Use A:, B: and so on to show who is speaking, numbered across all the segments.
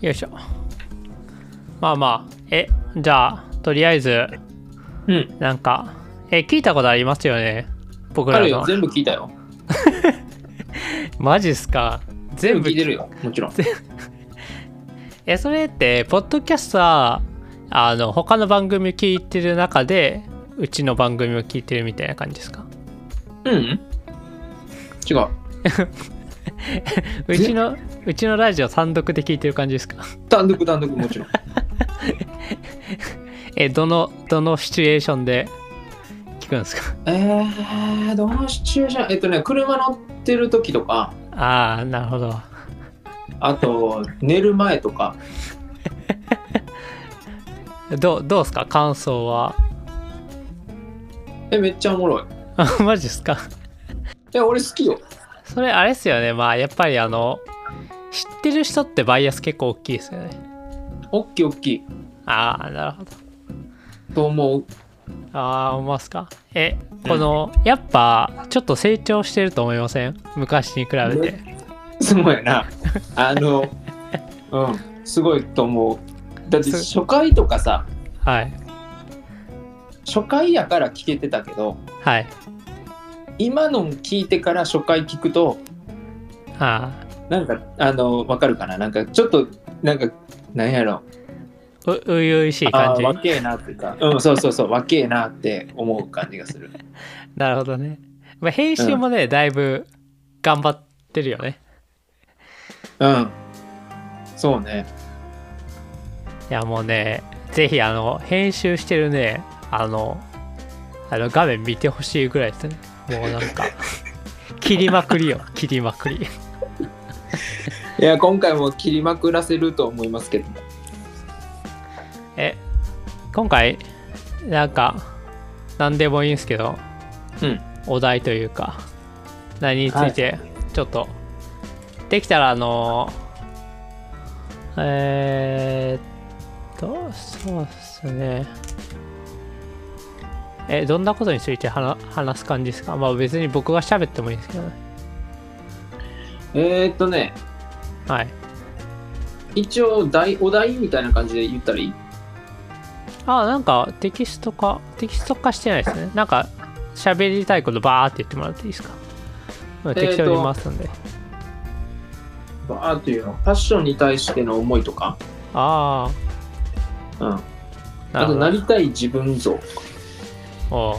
A: よいしょまあまあえじゃあとりあえず
B: うん。
A: なんかえ聞いたことありますよね僕
B: あ
A: ら
B: るよ。
A: の
B: 全部聞いたよ。
A: マジっすか全部
B: 聞いてるよ。もちろん。
A: えそれってポッドキャスターあの他の番組聞いてる中でうちの番組を聞いてるみたいな感じですか
B: うん。違う。
A: うちのうちのラジオ単独で聞いてる感じですか
B: 単独単独も ちろん。
A: えどのどのシチュエーションで聞くんですか
B: えー、どのシチュエーションえっとね、車乗ってる時とか、
A: ああなるほど
B: あ と、寝る前とか、
A: どうどうっすか感想は
B: え、めっちゃおもろい。
A: あマジっすか
B: え、俺好きよ。
A: それあれっすよねまあやっぱりあの知ってる人ってバイアス結構大きいですよね
B: おっきいおっきい。
A: ああなるほど
B: と思う。
A: ああ思いますかえこの、やっぱちょっと成長してると思いません昔に比べて、
B: すごいな。あの、うん、すごいと思う。だって
A: す
B: 初回とかさ、
A: はい
B: 初回やから聞けてたけど、
A: はい
B: 今の聞いてから初回聞くと、
A: あ
B: なんか、あの、わかるかななんか、ちょっと、なんか、なんやろ。
A: あう初々しい
B: あ
A: 感
B: あ
A: じ
B: ー、わけえなっていうか、うん、そうそうそう、わけえなって思う感じがする。
A: なるほどね、まあ、編集もね、だいぶ頑張ってるよね
B: うん。そうね。
A: いやもうねぜひあの編集してるねあのあの画面見てほしいぐらいですねもうなんか切りまくりよ切りまくり
B: いや、今回も切りまくらせると思いますけど。
A: え今回なんか何でもいいんですけど、
B: うん
A: お題というか何についてちょっと、できたらあのえー、っとそうっすねえどんなことについて話話す感じですかまあ別に僕が喋ってもいいですけどね
B: えー、っとね、
A: はい
B: 一応題、お題みたいな感じで言ったらいい
A: あなんかテキスト化テキスト化してないですねなんか喋りたいことバーって言ってもらっていいですかまあ適当に回すんで、
B: あーというの、ファッションに対しての思いとか、
A: あ
B: うん、あ
A: あなる
B: と
A: ほ
B: な
A: ど
B: りたい自分像、
A: おう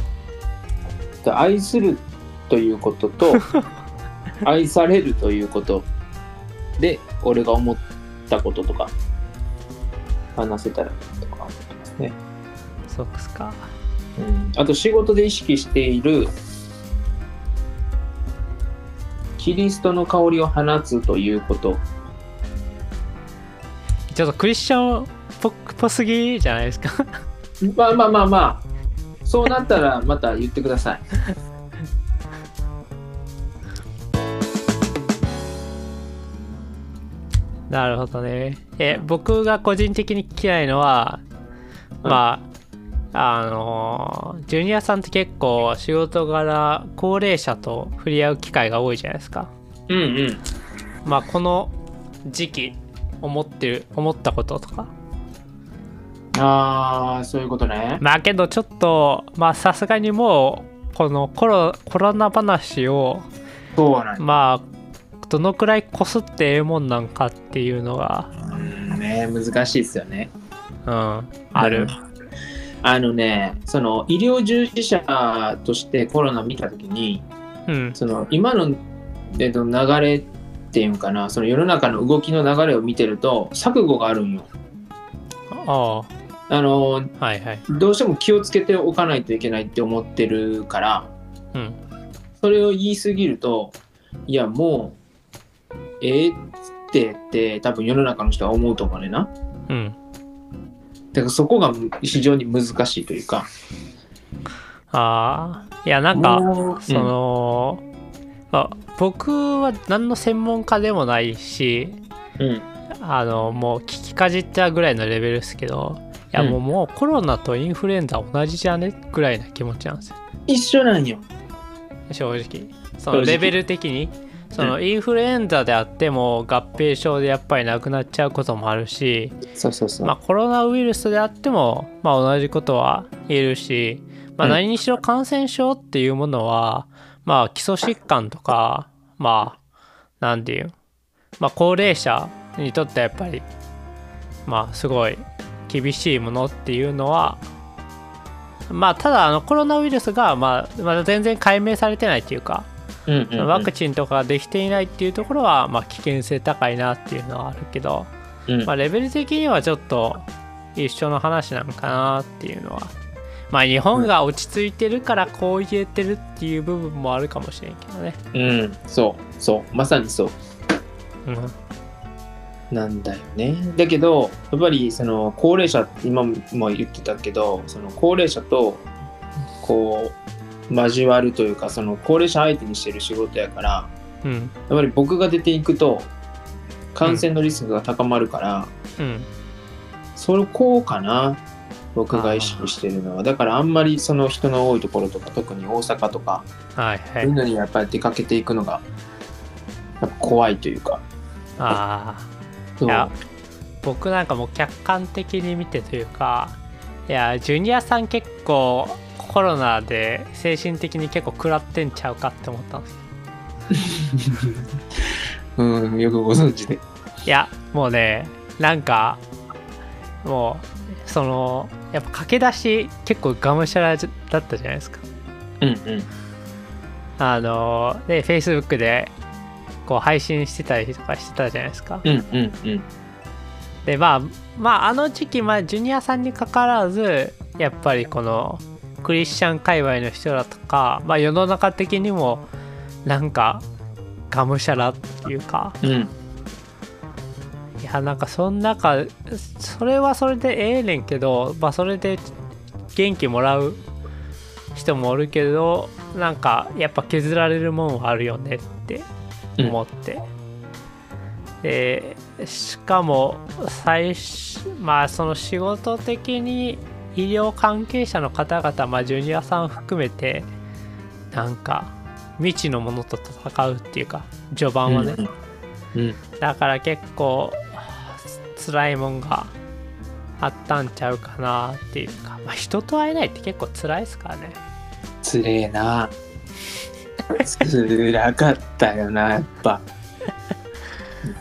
B: で愛するということ と、愛されるということで、俺が思ったこととか、話せたらいいとか思ってますね。
A: そうっすか
B: うん、あと仕事で意識している、キリストの香りを放つということ。
A: ちょっとクリスチャンっぽっぽすぎじゃないですか
B: まあまあまあまあ、そうなったらまた言ってください。
A: なるほどねえ僕が個人的に嫌いのはまああのージュニアさんって結構仕事柄高齢者と触れ合う機会が多いじゃないですか
B: うんうん。
A: まあこの時期思ってる思ったこととか
B: ああ、そういうことね。
A: まあけどちょっとまあさすがにもうこのコロコロナ話を
B: そうなんだ
A: まあどのくらいこすってええもんなんかっていうのが
B: うんね、難しいですよね。
A: うんある
B: あのね、その医療従事者としてコロナ見たときに、
A: うん
B: その今の、えっと、流れっていうんかな、その世の中の動きの流れを見てると、錯誤があるんよ。
A: あ
B: あの
A: あはいはい
B: どうしても気をつけておかないといけないって思ってるから、
A: うん
B: それを言い過ぎるといやもうええってって多分世の中の人は思うと思うねんな
A: うん
B: だからそこが非常に難しいというか
A: ああいやなんか
B: もう
A: その、まあ、僕は何の専門家でもないし
B: うんうん
A: あのもう聞きかじったぐらいのレベルですけどいやもう,、
B: うん
A: もうコロナとインフルエンザ同じじゃねぐらいな気持ちなんですよ
B: 一緒なんよ
A: 正直その
B: 正直
A: レベル的にそのインフルエンザであっても合併症でやっぱり亡くなっちゃうこともあるし、
B: そうそうそう、
A: まあ、コロナウイルスであっても、まあ、同じことは言えるし、まあ、
B: うん
A: 何にしろ感染症っていうものは、まあ、基礎疾患とかまあ何て言う、まあ、高齢者にとってはやっぱりまあすごい厳しいものっていうのはまあただあのコロナウイルスが、まあ、まだ全然解明されてないっていうか、
B: うんうんうん、
A: ワクチンとかができていないっていうところは、まあ、危険性高いなっていうのはあるけど、
B: うん
A: まあ、レベル的にはちょっと一緒の話なんかなっていうのはまあ日本が落ち着いてるからこう言えてるっていう部分もあるかもしれんけどね、
B: うん、そうそうまさにそう
A: うん、
B: なんだよね。だけど、やっぱりその高齢者、今も言ってたけど、その高齢者とこう交わるというか、その高齢者相手にしてる仕事やから、
A: うん
B: やっぱり僕が出ていくと感染のリスクが高まるから、
A: うん
B: そこかな、僕が意識してるのは。だからあんまりその人の多いところとか、特に大阪とか、
A: はいは
B: そういう
A: い
B: のにやっぱり出かけていくのがやっぱ怖いというか。
A: ああ
B: そ
A: いうや僕なんかもう客観的に見てというかいやジュニアさん結構コロナで精神的に結構食らってんちゃうかって思ったんです
B: うん、よくご存知で。
A: いやもうねなんかもうそのやっぱ駆け出し結構がむしゃらじだったじゃないですか
B: うんうん。
A: あので Facebook でこう配信してたりとかしてたじゃないですか
B: うんうんうん。
A: でまあまああの時期まあジュニアさんにかかわらずやっぱりこのクリスチャン界隈の人だとかまあ世の中的にもなんかがむしゃらっていうか
B: うん
A: いやなんかそん中それはそれでええねんけど、まあ、それで元気もらう人もおるけどなんかやっぱ削られるもんはあるよねって思って、でしかも最初まあその仕事的に医療関係者の方々まあジュニアさん含めてなんか未知のものと戦うっていうか序盤はね、
B: うん
A: だから結構はあ辛いもんがあったんちゃうかなっていうか、まあ、人と会えないって結構辛いですからね
B: つれえなつらかったよなやっ ぱ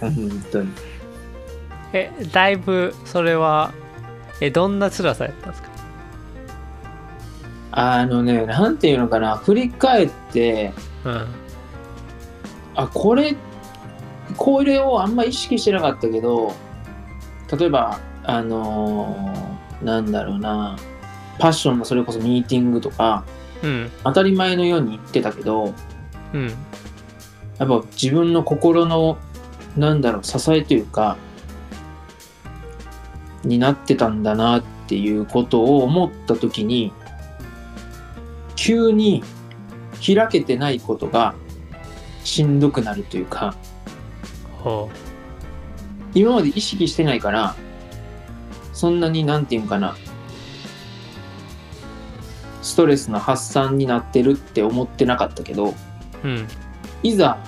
B: 本当に
A: えだいぶそれはえどんな辛さやったんですか
B: あのねなんていうのかな振り返って
A: うん
B: あこれこれをあんま意識してなかったけど例えばあのーなんだろうなパッションのそれこそミーティングとか
A: うん
B: 当たり前のように言ってたけど
A: うん
B: やっぱ自分の心のなんだろう支えというかになってたんだなっていうことを思った時に急に開けてないことがしんどくなるというか
A: ほ
B: 今まで意識してないからそんなになんていうんかなストレスの発散になってるって思ってなかったけど
A: ううん
B: いざ、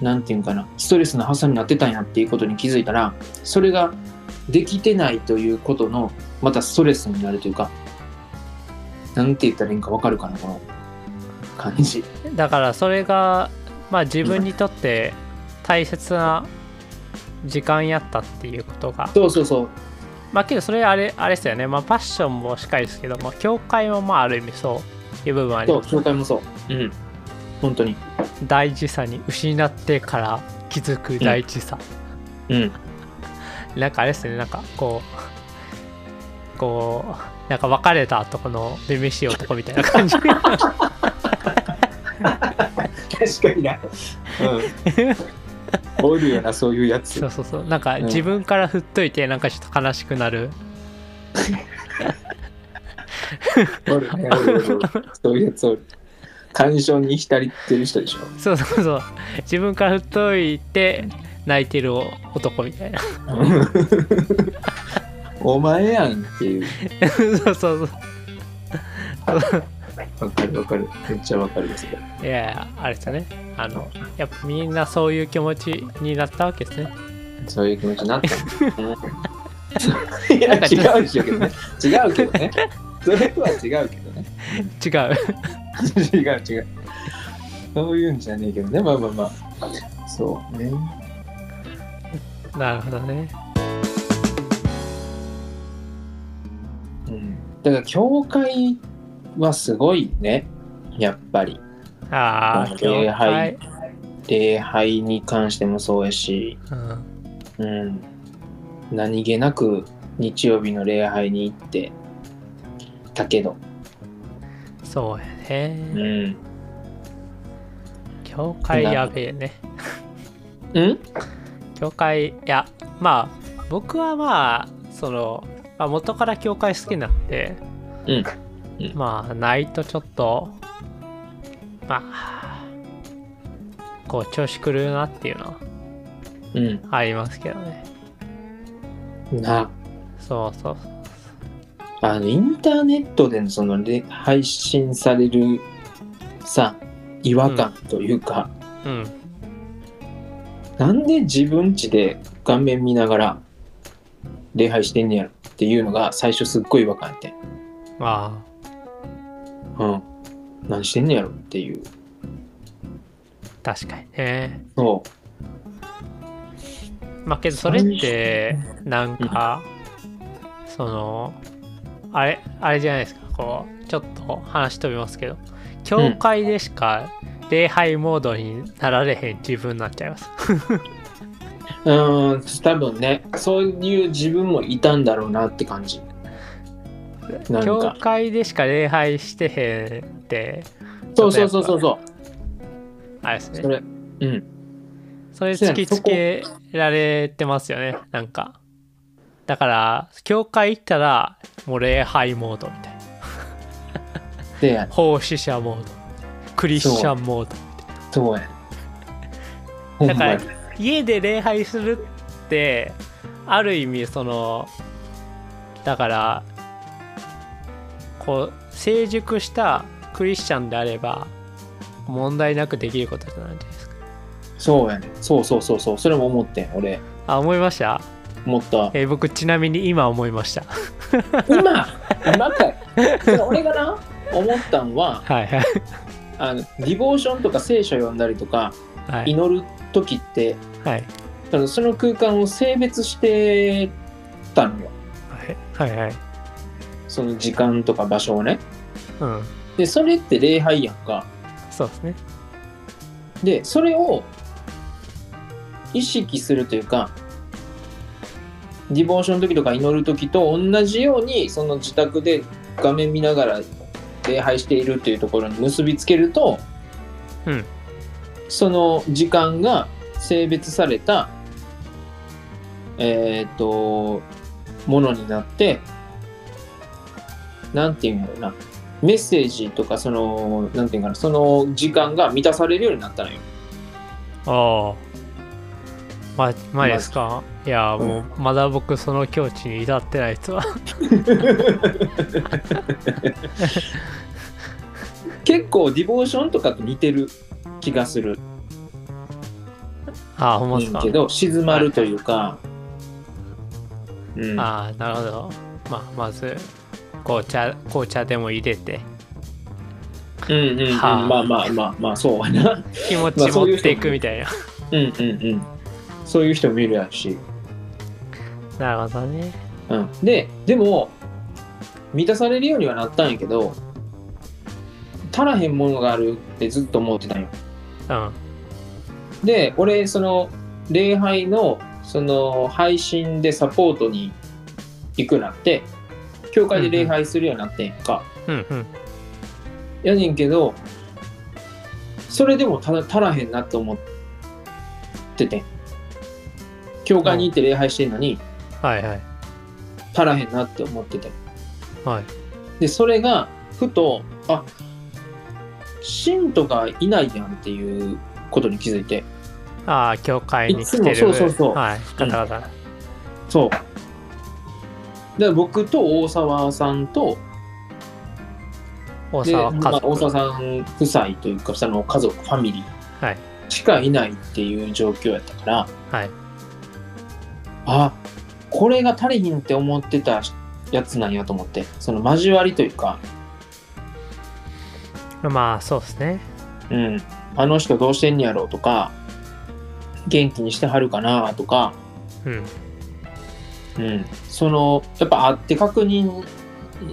B: なんていうんかな、ストレスのハサミになってたんやっていうことに気づいたら、それができてないということの、またストレスになるというか、なんて言ったらいいんかわかるかな、この感じ。
A: だからそれがまあ自分にとって大切な時間やったっていうことが
B: そうそうそう。
A: まあけどそれあれあれですよねまあパッションもしっかりですけども教会もまあある意味そういう部分はあり
B: そ
A: ま
B: う、
A: す
B: 紹介もそう。うん。本当に。
A: 大事さに失ってから気づく大事さ、
B: うん。
A: なんかあれですねなんかこうこうなんか別れた後この女々しい男みたいな感 じ
B: 確かにな。うん。おるよな、そういうやつ
A: そうそうそうなんか
B: うん
A: 自分から振っといてなんかちょっと悲しくなる
B: おるね、おるおるおるそういうやつおる。感傷に浸りってる人でしょ。
A: そうそうそう自分から振っといて泣いてる男みたいな
B: お前やんっていう。
A: そうそうそう
B: わかるわかる。めっちゃわかるですけど。
A: いやいやあれですよねあのやっぱみんなそういう気持ちになったわけですね
B: そういう気持ちになったのねいや違うけどね違うけどねそれとは違うけどね
A: 違う
B: 違う違うそういうんじゃねえけどねまあまあまあそうね
A: なるほどね
B: うんだから教会はすごいねやっぱり
A: ああ
B: 礼拝礼拝に関してもそうやし、
A: うん、
B: うん、何気なく日曜日の礼拝に行ってたけど、
A: そうや
B: う
A: ね
B: ん、
A: 教会やべえね
B: うん
A: 教会いやまあ僕はまあその、まあ、元から教会好きなんで
B: うん
A: まあないとちょっとまあこう調子狂うなっていうのは
B: う
A: ありますけどね
B: んな
A: そうそう
B: あのインターネットでのそのれ配信されるさ違和感というか、
A: うん
B: なんで自分ちで画面見ながら礼拝してんねやろっていうのが最初すっごい違和感やってん
A: まあ
B: うん何してんねやろっていう
A: 確かにね
B: そ
A: まあけどそれってなんかそのあれあれじゃないですかこうちょっと話飛びますけど教会でしか礼拝モードになられへん自分になっちゃいます
B: ううん多分ねそういう自分もいたんだろうなって感じなん
A: 教
B: か
A: 会でしか礼拝してへんって
B: そうそうそうそうそう
A: あれですね
B: そ
A: それ
B: れうん
A: 突きつけられてますよねなんかだから教会行ったらもう礼拝モードみたいな
B: で
A: 奉仕者モードクリスチャンモード
B: そうやほん
A: だか
B: ま
A: ら
B: に
A: 家で礼拝するってある意味そのだからこう成熟したクリスチャンであれば問題なくできることじゃないですか
B: そうやねそうそうそうそうそれも思ってん俺
A: あ思いました
B: 思った
A: えー僕ちなみに今思いました
B: 今今かいそれ俺がな思ったんは
A: はいはい
B: あのディボーションとか聖書読んだりとか
A: はい
B: 祈る時って
A: はい
B: そのその空間を性別してたのよ
A: はいはいはい
B: その時間とか場所をね
A: うん
B: でそれって礼拝やんか
A: そうですね
B: でそれを意識するというかディボーションの時とか祈る時と同じようにその自宅で画面見ながら礼拝しているというところに結びつけると、
A: うん
B: その時間が性別されたえっ、とものになってなんていうんだろうなメッセージとかそのなんていうんかなその時間が満たされるようになったのよ。
A: ああままあですかいやもうまだ僕その境地に至ってない人は
B: 結構ディボーションとかと似てる気がする
A: ああほんまっすか
B: けど静まるというか、うん、
A: ああなるほどまあまず紅茶紅茶でも入れて
B: うんうんうん、
A: はあ
B: まあまあまあまあそうはな
A: 気持
B: ま
A: ち
B: あそう
A: 持
B: いう
A: っ
B: 人
A: て
B: も
A: いくみたいな、
B: うんうんうんそういう人もいるやろし、
A: なるほどね
B: うん、ででも満たされるようにはなったんやけど足らへんものがあるってずっと思ってたんよ
A: うん
B: で俺その礼拝のその配信でサポートに行くなって教会で礼拝するようになってんやんか、
A: うんうん
B: やねんけどそれでもただ足らへんなと思っててん教会に行って礼拝してんのに
A: はいはい
B: 足らへんなって思ってて
A: はい
B: でそれがふとあ信徒がいないやんっていうことに気づいて
A: ああ教会に来てる
B: いつもそうそうそう
A: はい方々、
B: そうで僕と大沢さんと
A: 大
B: で
A: 沢
B: ま
A: 家
B: あ
A: 族
B: 大沢さん夫妻というかその家族ファミリー
A: はい
B: しかいないっていう状況やったから、
A: はい
B: あこれが足りひんって思ってたやつなんやと思ってその交わりというか、
A: まあそうですね
B: うん、あの人どうしてんやろうとか元気にしてはるかなとか、
A: うん
B: うん、そのやっぱ会って確認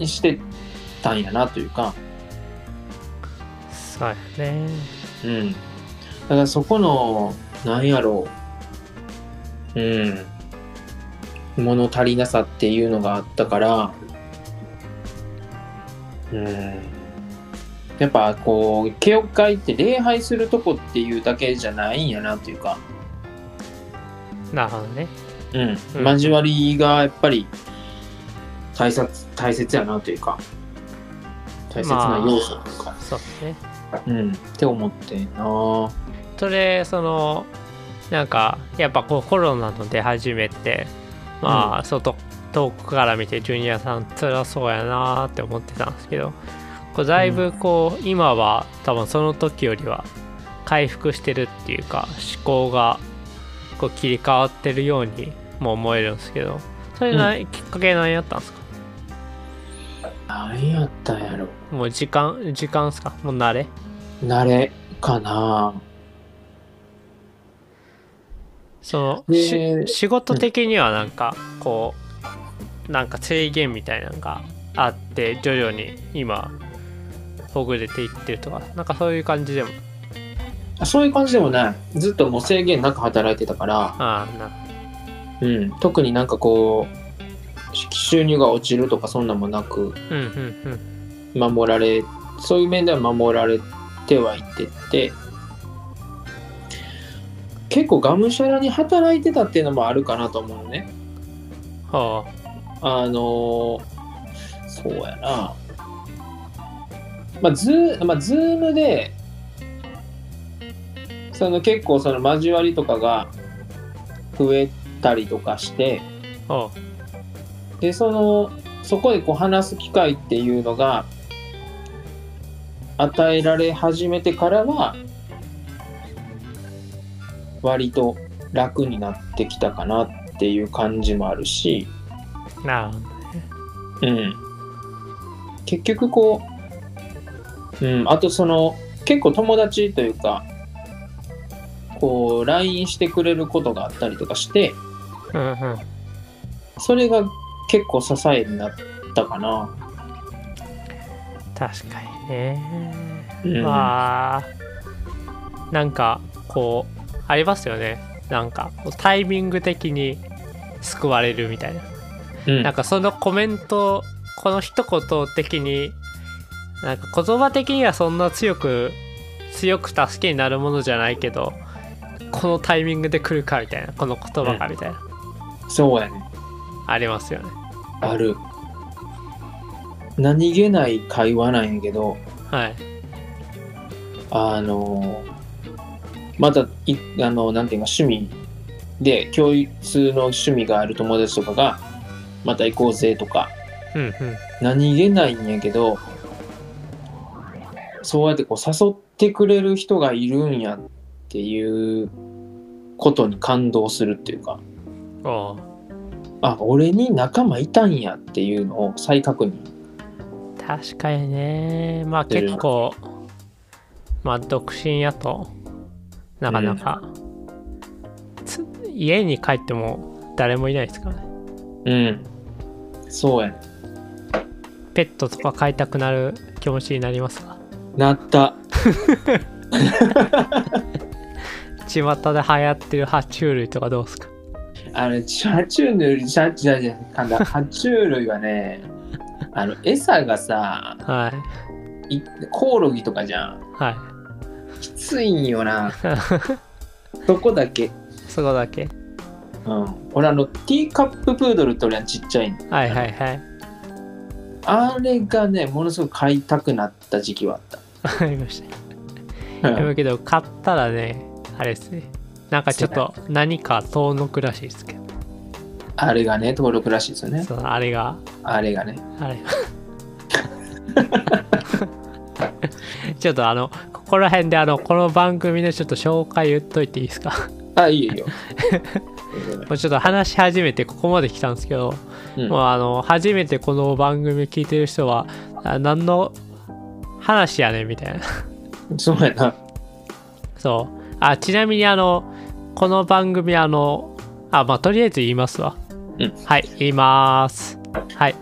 B: してたんやなというか、
A: そうやね
B: うん、だからそこのなんやろう、うん、物足りなさっていうのがあったから、うん、やっぱこう教会って礼拝するとこっていうだけじゃないんやなというか、
A: なるほどね
B: うん、
A: うん
B: 交わりがやっぱり大切大切やなというか大切な要素というか、
A: そうですね
B: うん、って思ってんな
A: それそのなんかやっぱこうコロナの出始めてまあ、外遠くから見てジュニアさん辛そうやなーって思ってたんですけどこうだいぶこう、今は多分その時よりは回復してるっていうか思考がこう切り替わってるようにも思えるんですけどそれがきっかけ何やったんですか、
B: 何やったんやろ
A: もう時間時間ですかもう慣れ
B: 慣れかな
A: その、
B: で
A: し仕事的にはなんかこうなんか制限みたいなのがあって徐々に今ほぐれていってるとかなんかそういう感じでも
B: そういう感じでもないずっともう制限なく働いてたから、
A: ああな
B: うん、特になんかこう収入が落ちるとかそんなんもな
A: う
B: く
A: んうん
B: 守られそういう面では守られてはいてて結構がむしゃらに働いてたっていうのもあるかなと思うのね
A: うんは
B: あのーそうやなまあズー、まあ、ズームでその結構その交わりとかが増えたりとかして
A: あは
B: でそのそこでこう話す機会っていうのが与えられ始めてからは割と楽になってきたかなっていう感じもあるし、
A: あなるほど
B: うん、結局こう、うん、あとその結構友達というかこう LINE してくれることがあったりとかして
A: うんうん
B: それが結構支えになったかな。
A: 確かにね
B: うん
A: まあなんかこうありますよねなんかこうタイミング的に救われるみたいな
B: うん
A: なんかそのコメントこの一言的になんか言葉的にはそんな強く強く助けになるものじゃないけどこのタイミングで来るかみたいなこの言葉がみたいな、
B: そうやね。
A: ありますよね
B: ある。何気ない会話なんやけど、
A: はい
B: あのまたい、あのなんていうか、趣味で、共通の趣味がある友達とかが、また行こうぜとか、
A: うんうん
B: 何気ないんやけど、そうやってこう誘ってくれる人がいるんやっていうことに感動するっていうか、
A: おう
B: あ、俺に仲間いたんやっていうのを再確認。
A: 確かにねまあ
B: 出る
A: 結構まあ独身やとなかなか、つ家に帰っても誰もいないですからね
B: うん。そうやね。
A: ペットとか飼いたくなる気持ちになりますか
B: なった。
A: 巷で流行ってる爬虫類とかどうですか
B: あの、爬虫類、爬虫類、噛んだ爬虫類はね、あの、餌がさ、
A: はい
B: いコオロギとかじゃん。
A: はい
B: きついんよな。そこだけ。
A: そこだけ
B: うん。俺、あの、ティーカッププードルって俺はちっちゃいの。
A: はいはいはい
B: あれがね、ものすごく飼いたくなった時期はあっ
A: わかりました
B: た。う
A: で
B: ん
A: もけど買ったらねあれですねなんかちょっと何か遠のくらしいですけど
B: あれがね、登録らしいですよね。
A: そのあれが
B: あれがね。
A: あれ ちょっとあのここら辺であのこの番組のちょっと紹介言っといていいです か
B: あ、いいよいいよ。
A: もうちょっと話し始めてここまで来たんですけど、
B: うん
A: もうあの初めてこの番組聞いてる人はあ何の話やねんみたいな
B: そうやな。
A: そうあちなみにあのこの番組あのあまあとりあえず言いますわ、
B: うん
A: はい言いますはい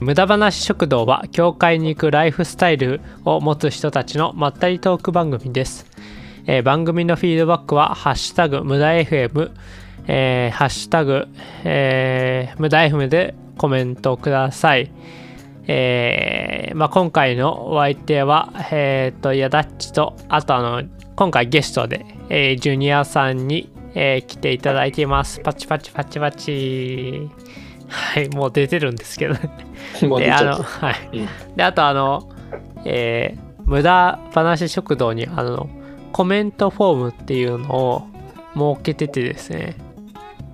A: 無駄話食堂は教会に行くライフスタイルを持つ人たちのまったりトーク番組です、えー番組のフィードバックは「ハッシュタグ無駄 FM」えーハッシュタグ、えー無駄 FM」でコメントくださいえーまあ、今回のお相手は、えー、とヤダッチとあとあの今回ゲストで、えージュニアさんに、えー来ていただいていますパチパチパチパチはいもう出てるんですけど
B: もう出
A: で
B: ち
A: あ
B: ゃっ
A: の
B: た。
A: はい、
B: うん
A: であとあのえー無駄話食堂にあのコメントフォームっていうのを設けててですね、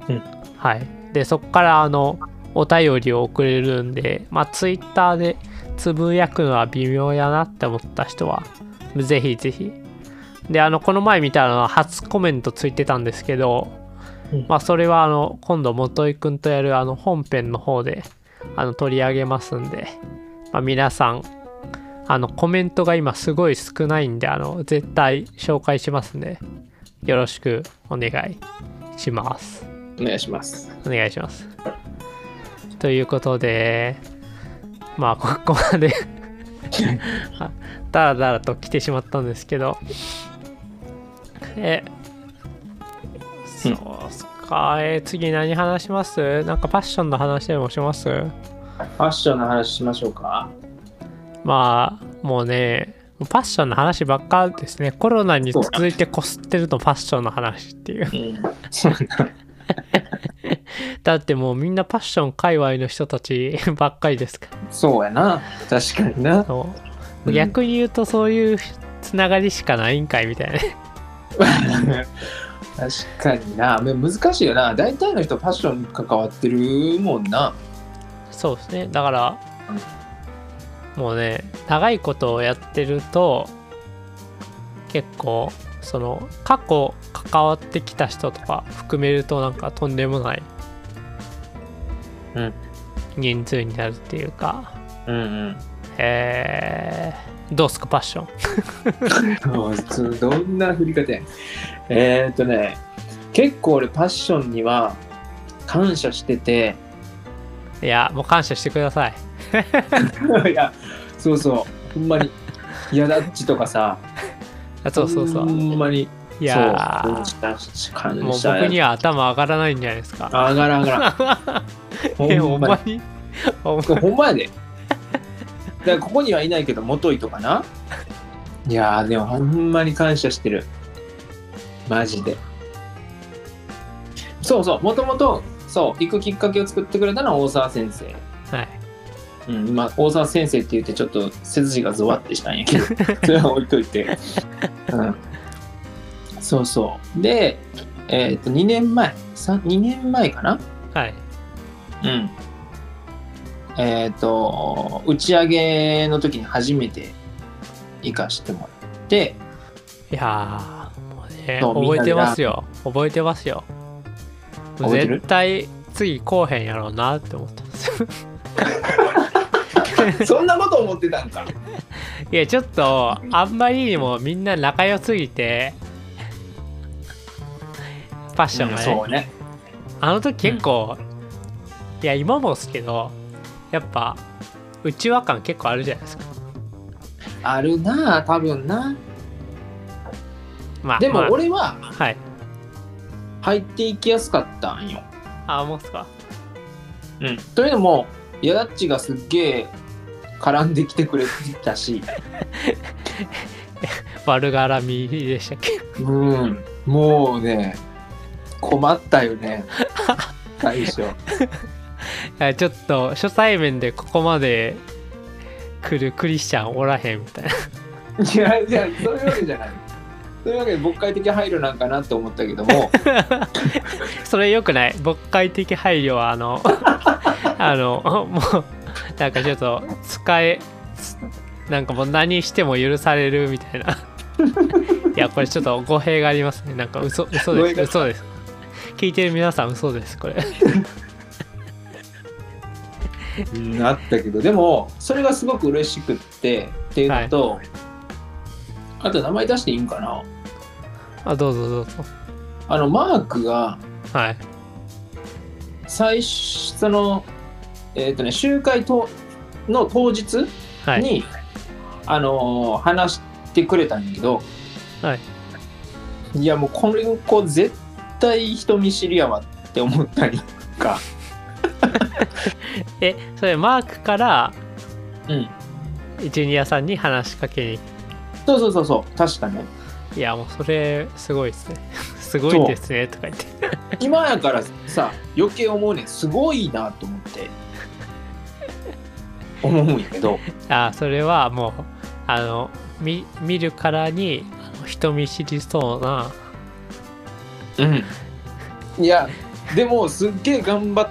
B: うん
A: はいでそこからあのお便りを送れるんでまあツイッターでつぶやくのは微妙やなって思った人はぜひぜひであのこの前見たのは初コメントついてたんですけど、
B: うん
A: まあそれはあの今度元井くんとやるあの本編の方であの取り上げますんで、まあ、皆さんあのコメントが今すごい少ないんであの絶対紹介しますんでよろしくお願いします
B: お願いします。
A: お願いしますということでまあここまで あだらだらと来てしまったんですけどえそうっすか、え次何話しますなんかパッションの話でもします
B: ファッションの話しましょうか。
A: まあもうねファッションの話ばっかですねコロナに続いてこすってるのファッションの話って いう
B: うん。そうやな。
A: だってもうみんなファッション界隈の人たちばっかりですから
B: そうやな。確かにな。
A: そう
B: うん
A: 逆に言うとそういうつながりしかないんかいみたいなね
B: 確かにな。め難しいよな。大体の人ファッションに関わってるもんな。
A: そうですねだからもうね長いことをやってると結構その過去関わってきた人とか含めるとなんかとんでもない
B: うん。
A: 人数になるっていうか
B: うんうん。
A: えー、どうっすかパッション
B: どんな振り方やんえー、っとね、結構俺パッションには感謝して て、
A: いやもう感謝してください
B: いや、そうそう、ほんまに、やだっちとかさ、
A: あそうそうそ
B: ほ
A: うん
B: まに、
A: いや
B: そう
A: ー
B: 感謝感謝
A: もう僕には頭上がらないんじゃないですか
B: 上がらん上がらん。 ほ
A: えお
B: んま
A: 前に お前
B: に。ほんまやで。だからここにはいないけど、元いとかな。いやー、でもほんまに感謝してる。マジで。そうそう、もともと、そう、行くきっかけを作ってくれたのは大沢先生。
A: はい
B: うん、まあ、大沢先生って言ってちょっと背筋がゾワってしたんやけどそれは置いといて、うん、そうそうで、えーっと2年前さ2年前かな
A: はい
B: うんえーっと打ち上げの時に初めて行かしてもらって
A: いやーもうね
B: そうみん
A: 覚
B: な
A: え
B: で
A: てますよ覚えてますよ
B: 覚えてる
A: 絶対次来おへんやろうなって思ってます
B: そんなこと思ってたんか
A: いやちょっとあんまりにもみんな仲良すぎてパッションがね、
B: そうね
A: あの時結構、いや今もっすけどやっぱうちわ感結構あるじゃないですか
B: あるなあ多分な
A: まあ
B: でも
A: まあ
B: 俺は
A: はい
B: 入っていきやすかったんよ
A: あもうっすか
B: うん、というのもヤダッチがすっげえ絡んできてくれてたし、
A: 悪絡みでしたっけ
B: うん、もうね困ったよね最初
A: あちょっと初対面でここまで来るクリスチャンおらへんみたいない
B: やいやそういうわけじゃないそういうわけで牧会的配慮なんかなと思ったけ ども
A: それよくない牧会的配慮はあ のあのもうなんかちょっと使えなんかもう何しても許されるみたいな いやこれちょっと語弊がありますねなんか嘘嘘
B: 語弊
A: です
B: が
A: 嘘です聞いてる皆さん嘘ですこれ
B: うんあったけどでもそれがすごく嬉しくってっていうのと、あと名前出していいんかな
A: あどうぞどうぞ
B: あのマークが
A: はい
B: 最初そのえっ、とね集会との当日に、
A: はい
B: あのー話してくれたんだけど、
A: はい
B: いやもうこの子絶対人見知りやわって思った りか、
A: えそれマークから
B: うん、
A: ジュニアさんに話しかけに
B: そうそうそうそう確かね
A: いやもうそれすごいですね すごいですねとか言って
B: 今やからさ余計思うねんすごいなと思って思うんやけど
A: あそれはもうあの見見るからにあの人見知りそうな
B: うんいやでもすっげえ頑張っ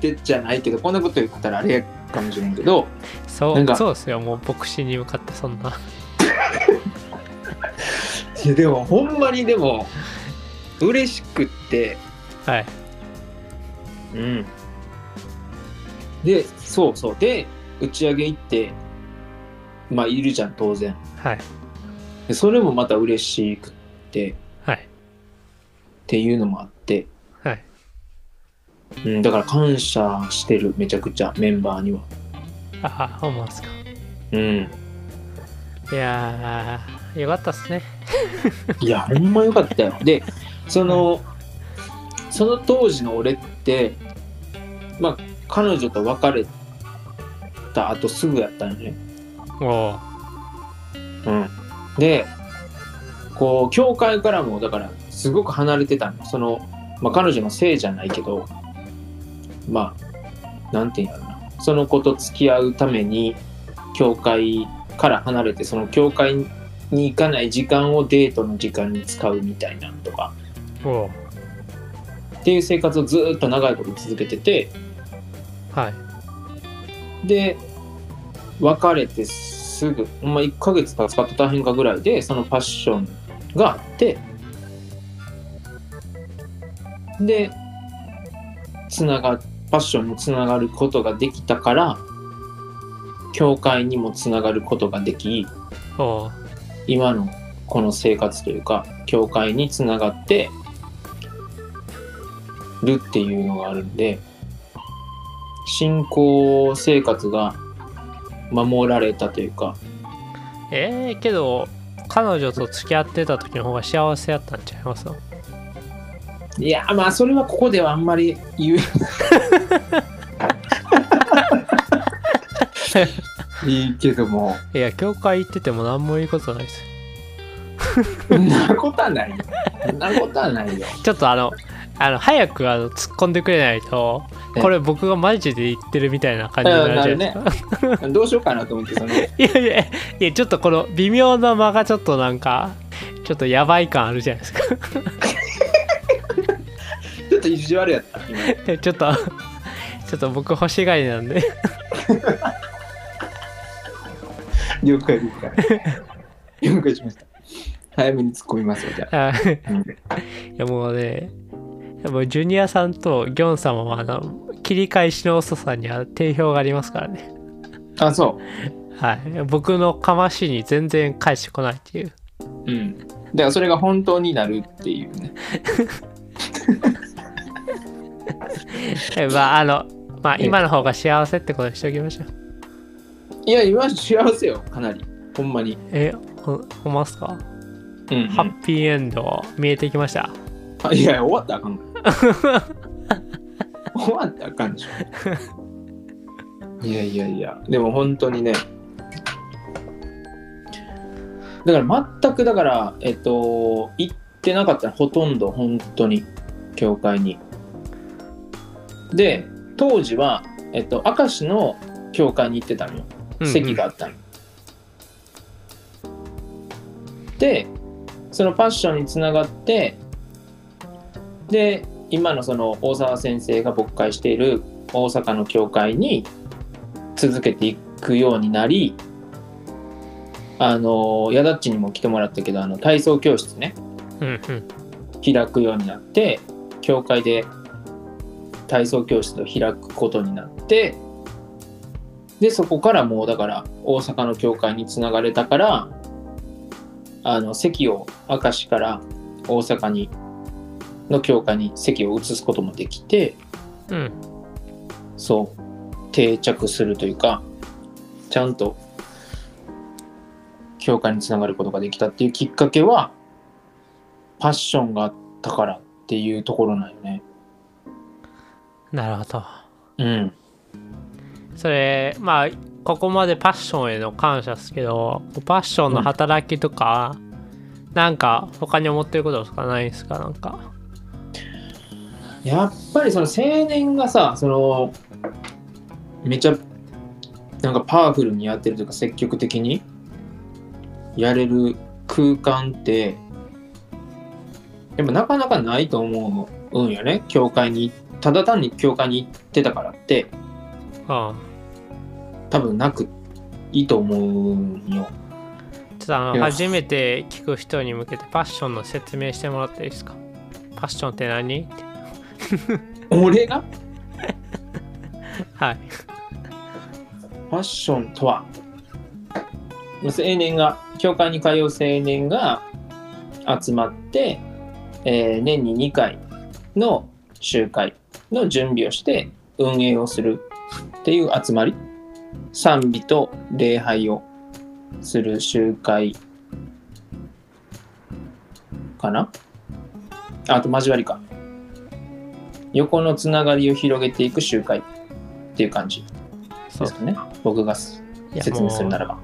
B: てじゃないけどこんなこと言ったらあれやかもしれんけど
A: そ
B: なん
A: う
B: か
A: そうですよもう牧師に向かってそんない
B: やでもほんまにでも嬉しくって
A: はい
B: うんでそうそうで打ち上げ行ってまあいるじゃん当然
A: はい
B: でそれもまた嬉しくってっ
A: はい
B: ていうのもあって
A: はい
B: うん、だから感謝してるめちゃくちゃメンバーには
A: ああ思うんすか
B: うん
A: いやーよかったっすね
B: いやほんまよかったよでそのその当時の俺ってまあ彼女と別れた後すぐやったのね
A: おう
B: うんでこう教会からもだからすごく離れてたのその、まあ、彼女のせいじゃないけどまあなんていうんやろなその子と付き合うために教会から離れてその教会に行かない時間をデートの時間に使うみたいなのとか
A: おう
B: っていう生活をずーっと長いこと続けてて
A: はい
B: で別れてすぐ、ほんまあ、1ヶ月か使ってた変かぐらいでそのパッションがあってでつながパッションにつながることができたから教会にもつながることができ
A: おう
B: 今のこの生活というか教会につながってるっていうのがあるんで信仰生活が守られたというか
A: えー、けど彼女と付き合ってた時の方が幸せやったんちゃいます
B: いやまあそれはここではあんまり 言えいいけども
A: いや教会行ってても何もいいことないです
B: そんなことはないよそんなことはないよ
A: ちょっとあのあの早くあの突っ込んでくれないと
B: え
A: これ僕がマジで言ってるみたいな感じになるじゃないですか、
B: どうしようかなと思ってその
A: いやいやいやちょっとこの微妙な間がちょっとなんかちょっとやばい感あるじゃないですか
B: ちょっと意地悪やった今
A: ちょっとちょっと僕星がいなんで
B: 了解了解。了解しました。早めに突っ込みますよ、じゃ
A: あい
B: あ。
A: やもうねもうジュニアさんとギョン様はあの切り返しの遅さには定評がありますからね
B: あ、そ
A: はい僕のかましに全然返してこないっていう
B: う。うん。だからそれが本当になるっていうね。
A: えまああのまあ
B: ええ
A: 今の方が幸せってことにしておきましょう
B: いや、今幸せよ、かなり。ほんまに。
A: えほほんまっすか、
B: うん、
A: ハッピーエンド見えてきました
B: あいや、終わったらあかんから。終わったらあかんでしょ。いやいやいや、でも本当にね。だから全くだから、えっと、行ってなかったほとんど本当に、教会に。で、当時は、えっと、明石の教会に行ってたのよ。
A: うんうん
B: 席があったの。でそのパッションにつながってで今のその大沢先生が牧会している大阪の教会に続けていくようになりあのヤダッチにも来てもらったけどあの体操教室ね
A: うんうん
B: 開くようになって教会で体操教室を開くことになってでそこからもうだから大阪の教会につながれたからあの席を明石から大阪にの教会に席を移すこともできて
A: うん
B: そう定着するというかちゃんと教会につながることができたっていうきっかけはパッションがあったからっていうところなんよね。
A: なるほど
B: うん。
A: それまあここまでパッションへの感謝ですけどパッションの働きとか、なんか他に思ってることとかないですかなんか
B: やっぱりその青年がさそのめちゃなんかパワフルにやってるというか積極的にやれる空間ってやっぱなかなかないと思うんよね教会にただ単に教会に行ってたからって
A: うん
B: 多分なくいいと思うんよ
A: ちょっとあ
B: い
A: の
B: や
A: 初めて聞く人に向けてパッションの説明してもらっていいですかパッションって何って
B: 俺が
A: はい
B: ファッションとは青年が教会に通う青年が集まって、えー年に2回の集会の準備をして運営をするっていう集まり賛美と礼拝をする集会かなあと交わりか横のつながりを広げていく集会っていう感じ
A: そ
B: で
A: う
B: すかね。僕がす
A: いや
B: 説明するな
A: も
B: らば。
A: う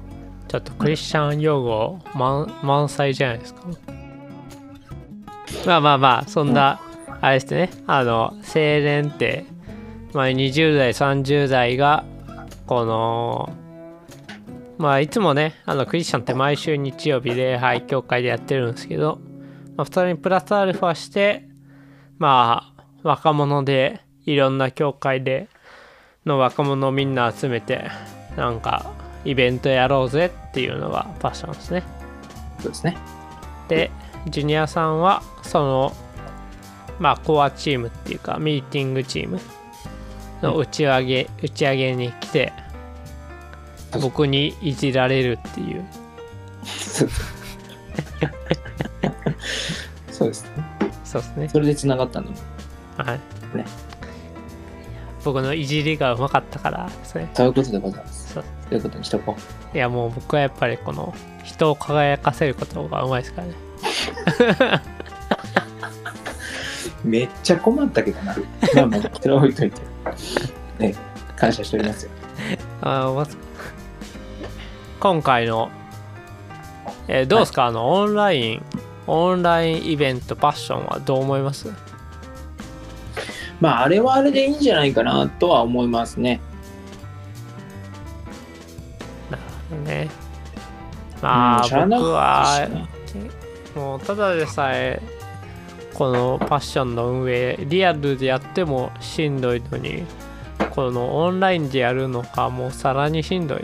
A: ちょっとクリスチャン用語満満載じゃないですかまあまあまあそんな、あれですねあの青年って、まあ、20代30代がこのまあいつもねあのクリスチャンって毎週日曜日礼拝教会でやってるんですけど、まあ、それにプラスアルファしてまあ若者でいろんな教会での若者をみんな集めてなんかイベントやろうぜっていうのがパッションですね
B: そうです ね。
A: でジュニアさんはそのまあコアチームっていうかミーティングチームの打ち上げ、打ち上げに来て
B: そう
A: 僕にいじられるっていう
B: そうですね。
A: そうですね
B: それで繋がったの。
A: はい、
B: ね
A: 僕のいじりがうまかったからですね
B: そういうことでございます。
A: そう
B: ということにしとこ
A: いやもう僕はやっぱりこの人を輝かせることがうまいですからね
B: う。めっちゃ困ったけどな。まあまあ、それは置い といて。ね、感謝しておりますよ。
A: あーまず今回の、えーどうですか、あのオンラインオンラインイベントパッションはどう思います
B: まあ、あれはあれでいいんじゃないかなとは思いますね。
A: ねま
B: うんしゃ
A: あ、
B: あな
A: 僕は
B: しな
A: もうただでさえこのパッションの運営リアルでやってもしんどいのにこのオンラインでやるのかもうさらにしんど い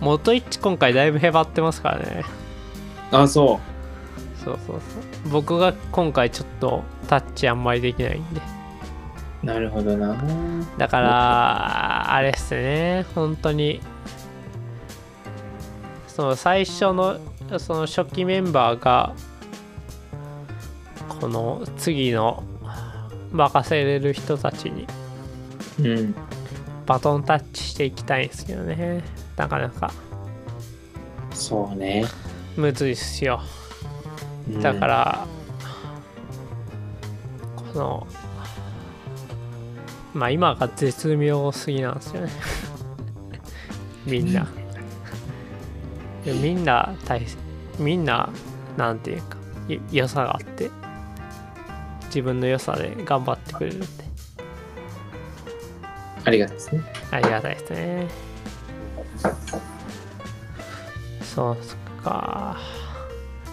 A: 元一今回だいぶへばってますからね
B: あ、そ
A: そうそうそう僕が今回ちょっとタッチあんまりできないんで
B: う。なるほどな。
A: だからあれっすね本当にその最初のその初期メンバーがこの次の任せれる人たちに
B: うん。
A: バトンタッチしていきたいんですけどねなかなか
B: そうね。
A: むずいっすよ
B: うん
A: だか。ら、このまあ今が絶妙すぎなんですよね みんなでみんな大切みんななんていうかい良さがあって自分の良さで頑張ってくれるって
B: ありがたいですね。
A: ありがたいですねそうっすか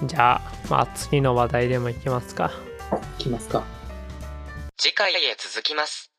A: じゃあまあ次の話題でもいきますか
B: いきますか。
C: 次回へ続きます。